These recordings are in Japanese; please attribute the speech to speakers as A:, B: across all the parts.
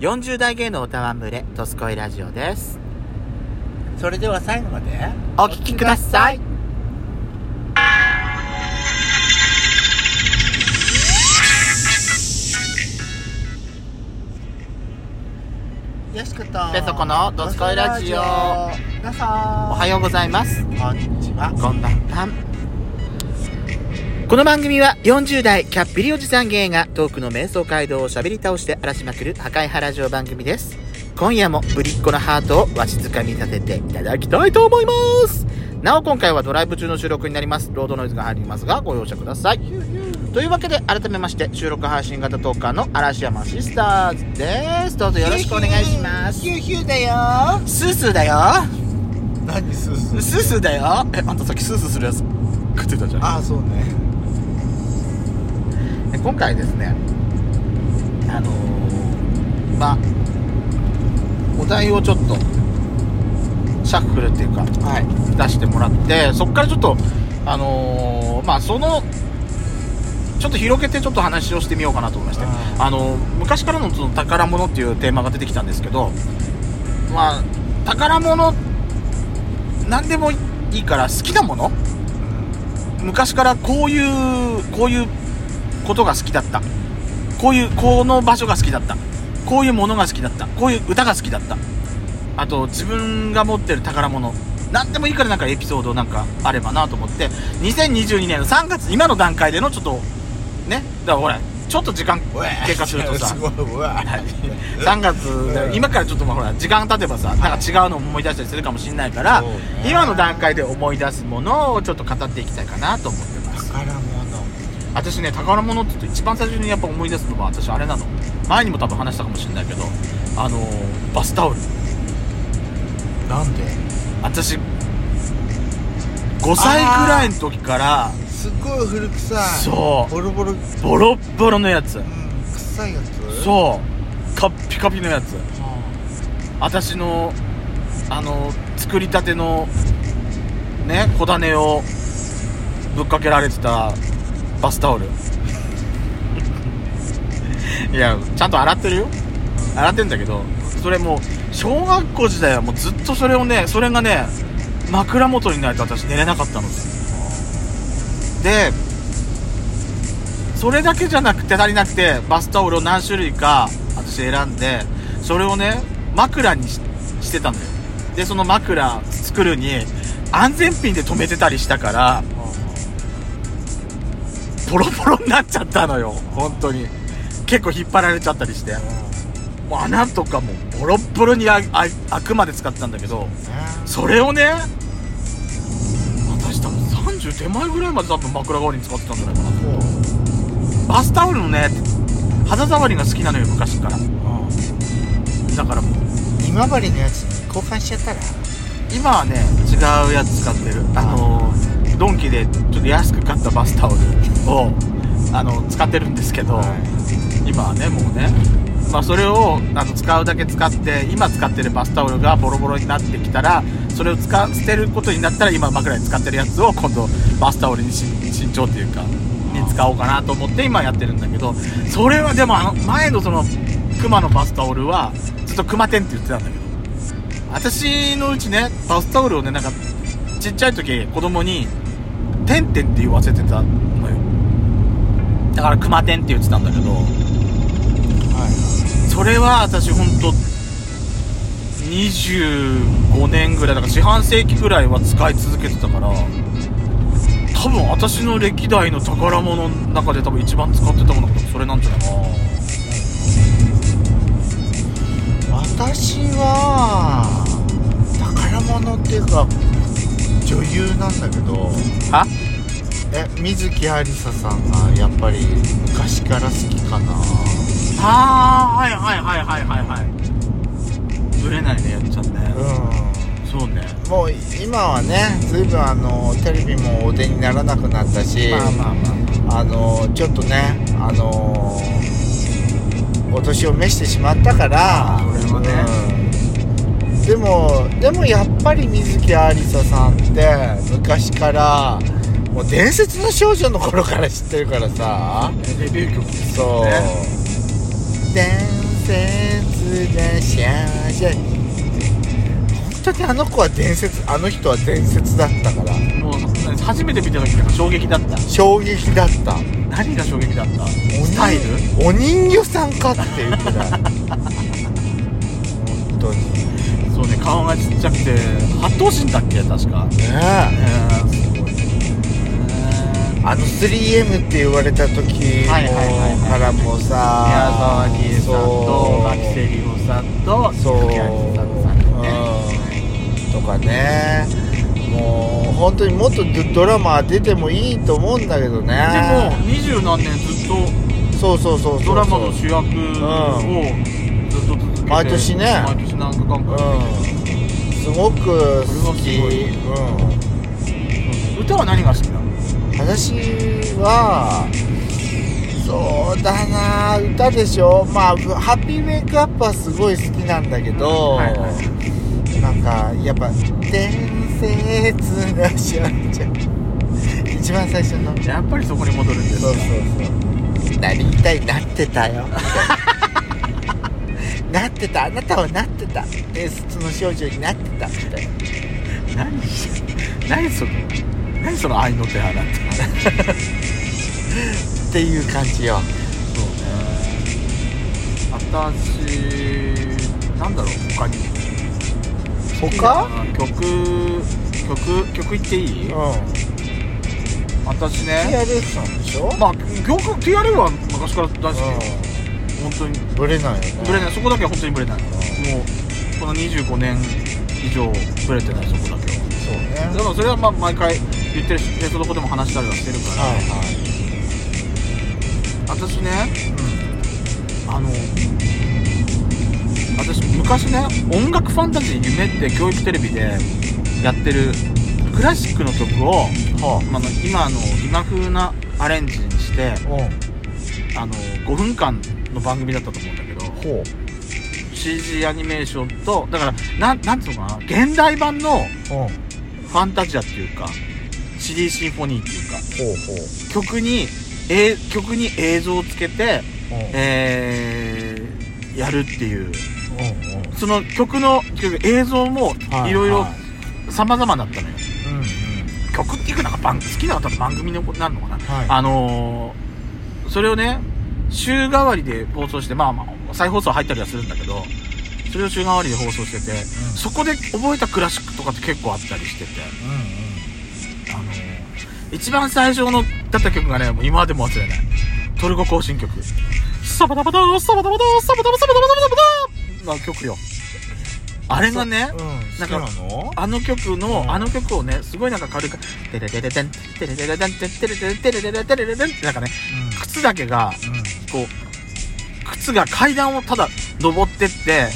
A: 40代芸能歌わんぶれ、ドスコイラジオです。
B: それでは最後まで
A: お聞きください。
B: よしこと
A: ペソコのドスコイラジオ
B: 皆さん
A: おはようございます。
B: こんにちは
A: こんばんは。この番組は40代キャッピリおじさん芸がトークの瞑想街道を喋り倒して荒らしまくる破壊派ラジオ番組です。今夜もぶりっ子のハートをわしづかみ立てていただきたいと思います。なお今回はドライブ中の収録になります。ロードノイズが入りますがご容赦ください。というわけで改めまして収録配信型トーカーの嵐山シスターズです。どうぞよろしくお願いします
B: ヒ。ューヒューだよ
A: スースーだよ。
B: 何スースー
A: スースーだよ。え、あんたさっきスースーするやつ食ってたじゃん。
B: ああそうね
A: で今回ですねあのーまあお題をちょっとシャッフルっていうか、出してもらってそこからちょっとあのーまあそのちょっと広げてちょっと話をしてみようかなと思いまして
B: あ
A: あのー昔からのその宝物っていうテーマが出てきたんですけどまあ宝物何でもいいから好きなもの昔からこういうこういうことが好きだったこういうこの場所が好きだったこういうものが好きだったこういう歌が好きだったあと自分が持ってる宝物何でもいいからなんかエピソードなんかあればなと思って2022年の3月今の段階でのちょっとねだからほらちょっと時間経過するとさ
B: すごいうわ
A: 3月、
B: うん
A: 今からちょっとまあほら時間経てばさなんか違うのを思い出したりするかもしれないから、
B: そうね
A: 今の段階で思い出すものをちょっと語っていきたいかなと思ってます
B: 宝物
A: 私ね宝物って言うと一番最初にやっぱ思い出すのは私あれなの前にも多分話したかもしれないけどあのーバスタオル
B: なんで
A: 私5歳ぐらいの時から
B: すっごい古臭い
A: そう
B: ボロボロうん
A: ボロッボロのやつ
B: 臭いやつう
A: そうカッピカピのやつ私のあの作りたてのね小種をぶっかけられてたバスタオル いやちゃんと洗ってるよ洗ってんだけどそれもう小学校時代はもうずっとそれをねそれがね枕元にないと私寝れなかったのでそれだけじゃなくて足りなくてバスタオルを何種類か私選んでそれをね枕にししてたのよでその枕作るに安全ピンで留めてたりしたからボロボロになっちゃったのよ本当に結構引っ張られちゃったりしてもう穴とかもボロッボロにああ開くまで使ってたんだけどそれをね私多分30手前ぐらいまで多分枕代わりに使ってたんじゃないかなバスタオルのね肌触りが好きなのよ昔からだからもう
B: 今治のやつに交換しちゃったら
A: 今はね違うやつ使ってるあのドンキでちょっと安く買ったバスタオルをあの使ってるんですけど、今はねもうね、まあ、それをあの使うだけ使って今使ってるバスタオルがボロボロになってきたらそれを使捨てることになったら今枕に使ってるやつを今度バスタオルにし新調っていうかに使おうかなと思って今やってるんだけどそれはでもあの前のその熊のバスタオルはずっと熊店って言ってたんだけど私のうちねバスタオルをねなんかちっちゃい時子供に「てんてん」って言わせてたのよだから熊店って言ってたんだけどそれは私ほんと25年ぐらいだから四半世紀ぐらいは使い続けてたから多分私の歴代の宝物の中で多分一番使ってたものがそれなんじゃないかな
B: 私は宝物っていうか女優なんだけど
A: は
B: え水木有沙さんがやっぱり昔から好きかな
A: あーはいはいはいはいはいはいぶれないねやっちゃんね
B: う
A: そうね
B: んもう今はね随分あのテレビもお出にならなくなったし、
A: まあまあまあ
B: あのちょっとねあのお年を召してしまったから
A: それはね
B: うんでもでもやっぱり水木有沙さんって昔からもう伝説の少女の頃から知ってるからさ
A: デビュー曲
B: そう、
A: ね
B: 伝説幸せ本当にあの子は伝説あの人は伝説だったから
A: もう初めて見た時なんか衝撃だった
B: 衝撃だった
A: 何が衝撃だった
B: お人
A: スタイル
B: お人形さんかっていうくらい本当に
A: そうね顔がちっちゃくて八頭身だっけ確か
B: ね
A: え
B: え
A: ーすごいね
B: あの 3M って言われた時も
A: はいはいはいはい
B: からもさ
A: 宮沢りえさんと
B: そう
A: 牧瀬里穂さんと
B: そう、
A: 鈴木亜美さんさんとね
B: うん、とかねもう本当にもっとドドラマ出てもいいと思うんだけど
A: で
B: ね
A: も二十何年ずっと
B: そうそうそうそう
A: ドラマの主役をずっと続けて
B: 毎年ね
A: 毎年何回か
B: う
A: か
B: んすごく好き
A: これ
B: う
A: 歌は何が好きなの
B: ん私はそうだな歌でしょまあハッピーメイクアップはすごい好きなんだけど、
A: はいは
B: なんかやっぱ伝説がしあんちゃん一番最初の
A: やっぱりそこに戻るんですか
B: そうそうそうなりたいなってたよ なってたあなたはなってた伝説の少女になってたみたいな
A: 何何その何その愛の手洗って
B: っていう感じよ
A: そうね私なんだろう他に
B: 他
A: 曲曲曲言っていい、
B: うん
A: 私ね
B: TRF さんでしょ
A: まあ曲 TRF は昔から大好きよ、本当に
B: うんブレないよね
A: ブレないそこだけは本当にブレないもうこの25年以上ブレてないそこだけは
B: そうね
A: でもそれはまあ毎回言ってるし別のことでも話したりはしてるから、
B: はいはい
A: 私ねあの私昔ね音楽ファンタジー夢って教育テレビでやってるクラシックの曲を、まああの今の今風なアレンジにして
B: うんは
A: あの5分間の番組だったと思うんだけど
B: あほう
A: CG アニメーションとだからなんなんつうのかな現代版の
B: うんほう
A: ファンタジアっていうか CD シンフォニーっていうか
B: ほう
A: 曲に、えー曲に映像をつけて、
B: うん
A: えーやるっていう
B: うんうん
A: その曲の曲映像も
B: はい
A: いろいろ
B: は
A: 様々だったのよ、
B: うんうん
A: 曲っていうかなんか番好きなのは多分番組のことになるのかな、
B: はい
A: あのーそれをね週替わりで放送してまあまあ再放送入ったりはするんだけどそれを週替わりで放送してて、そこで覚えたクラシックとかって結構あったりしててあの一番最初のだった曲がね、もう今までも忘れない。トルコ行進曲。サバダバダー、サバダバダー、サバダバサバダバサバダバダーの曲よ。あれがね
B: うん、うん
A: なんか
B: 好きなの
A: あの曲
B: う
A: の、
B: ん
A: あの曲をね、すごいなんか軽く、テレレレテン、テレレレテン、テレレレテレレレテレレレンってなんかね、靴だけが、
B: うんうん
A: こう、靴が階段をただ登ってって、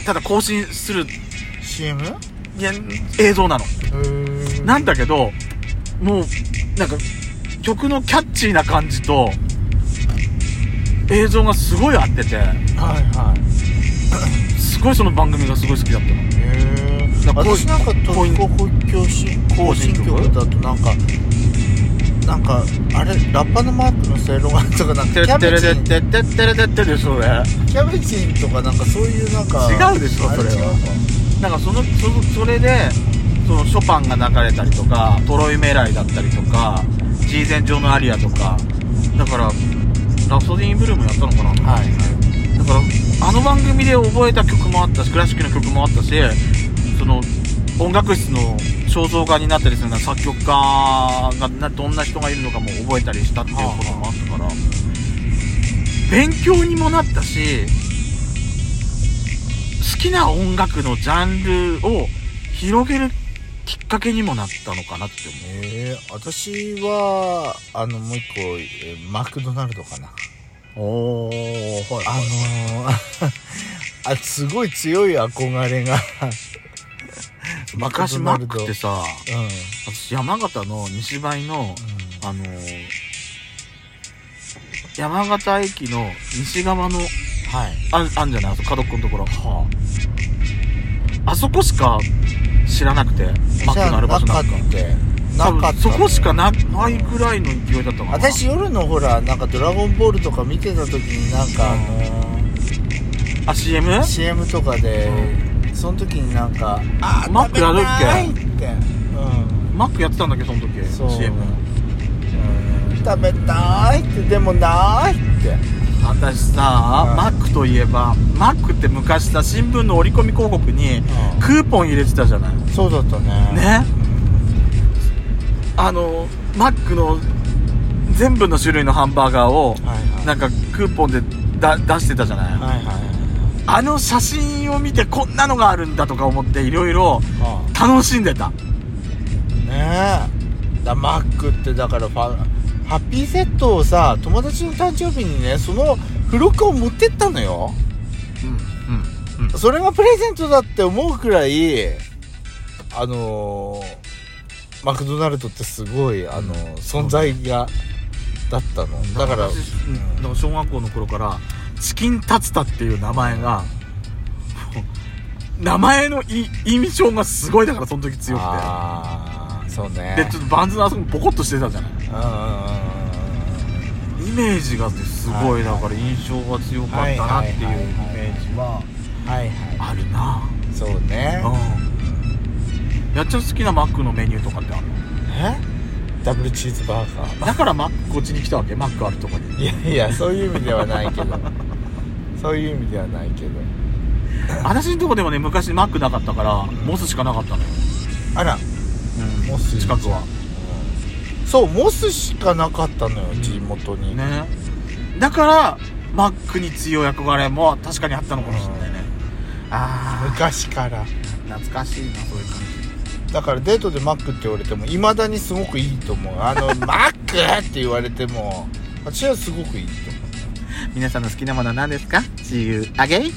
B: う
A: ただ更新する、
B: ん CM? へ
A: いや映像なの。
B: ー
A: なんだけど、もう、なんか、曲のキャッチーな感じと、映像がすごい合ってて、
B: はいはい
A: すごいその番組がすごい好きだったの。
B: へえ
A: だからこう
B: 私なんか特
A: こういう
B: 攻行進行進曲だとなんかなんかあれラッパのマークのセイロガンとかなんかキ
A: て
B: ャ
A: って
B: ベ
A: れ
B: チ
A: てっ
B: ン
A: てってってれてってでしょ、それ。な
B: キャベチンとかなんかそういうなんか
A: 違うでしょ
B: あ
A: それは
B: 違う
A: んかその、その、それで、そのショパンが流れたりとか、トロイメライだったりとか、ジーゼン上のアリアとか、だから、ラプソディー・イン・ブルーもやったのかな
B: かはい
A: だからあの番組で覚えた曲もあったしクラシックの曲もあったしその音楽室の肖像画になったりするような作曲家がなどんな人がいるのかも覚えたりしたっていうこともあったから勉強にもなったし好きな音楽のジャンルを広げるきっかけにもなったのかなって思う
B: えー、私はあのもう一個えーマクドナルドかな
A: おーはい
B: あのー、 あすごい強い憧れが
A: 昔マックってさ
B: うん、うん、
A: 私山形の西梅のあのー山形駅の西側の、
B: はい
A: あん、あんじゃないあそこ角っこのところ。あそこしか知らなくて、マックのある場所なんか。
B: なかったなか
A: 多
B: った
A: 分そこしか
B: な
A: なないぐらいの勢いだったかな。
B: 私夜のほらなんか「ドラゴンボール」とか見てた時になんかあのー
A: あ CM?
B: CM とかで、その時になんか「あ
A: マックやるっけ
B: 食べたいって、
A: マックやってたんだっけどその時
B: そう
A: CM
B: うん食べたいってでもないって
A: 私さ、
B: うん
A: マックといえばマックって昔さ新聞の折り込み広告に
B: うん
A: クーポン入れてたじゃない
B: そうだったね
A: ねあのマックの全部の種類のハンバーガーを
B: はいはい
A: なんかクーポンでだ出してたじゃない、
B: はいはい
A: あの写真を見てこんなのがあるんだとか思っていろいろ
B: は
A: 楽しんでた
B: いねえだマックってだからファハッピーセットをさ友達の誕生日にねその付録を持ってったのよ
A: うんうん
B: それがプレゼントだって思うくらいあのーマクドナルドってすごい、あのー存在がだったのだから
A: 私うんだから小学校の頃からチキンタツタっていう名前が名前のい印象がすごいだからその時強く
B: ああそうね
A: てでちょっとバンズのあそこもボコッとしてたじゃない
B: うんうんうん
A: イメージがすごいだから印象が強かったなっていうイメージは
B: うんはいは
A: あるな、
B: いそうね
A: うん、やっちゃん好きなマックのメニューとかってあるの
B: えダブルチーズバーガー
A: だからマックこっちに来たわけマックあるとこに
B: いやいやそういう意味ではないけどそういう意味ではないけど
A: 私のとこでもね昔マックなかったからモスしかなかったのよ、
B: あらモス
A: 近くは
B: そうモスしかなかったのよ地元に
A: ねだからマックに強い憧れも確かにあったのかもしれないねあ
B: 昔から
A: あ懐かしいなそういう感
B: だからデートでマックって言われてもいまだにすごくいいと思う あのマックって言われても私はすごくいい
A: じ
B: と思う
A: 皆さんの好きなものは何ですか自由あげい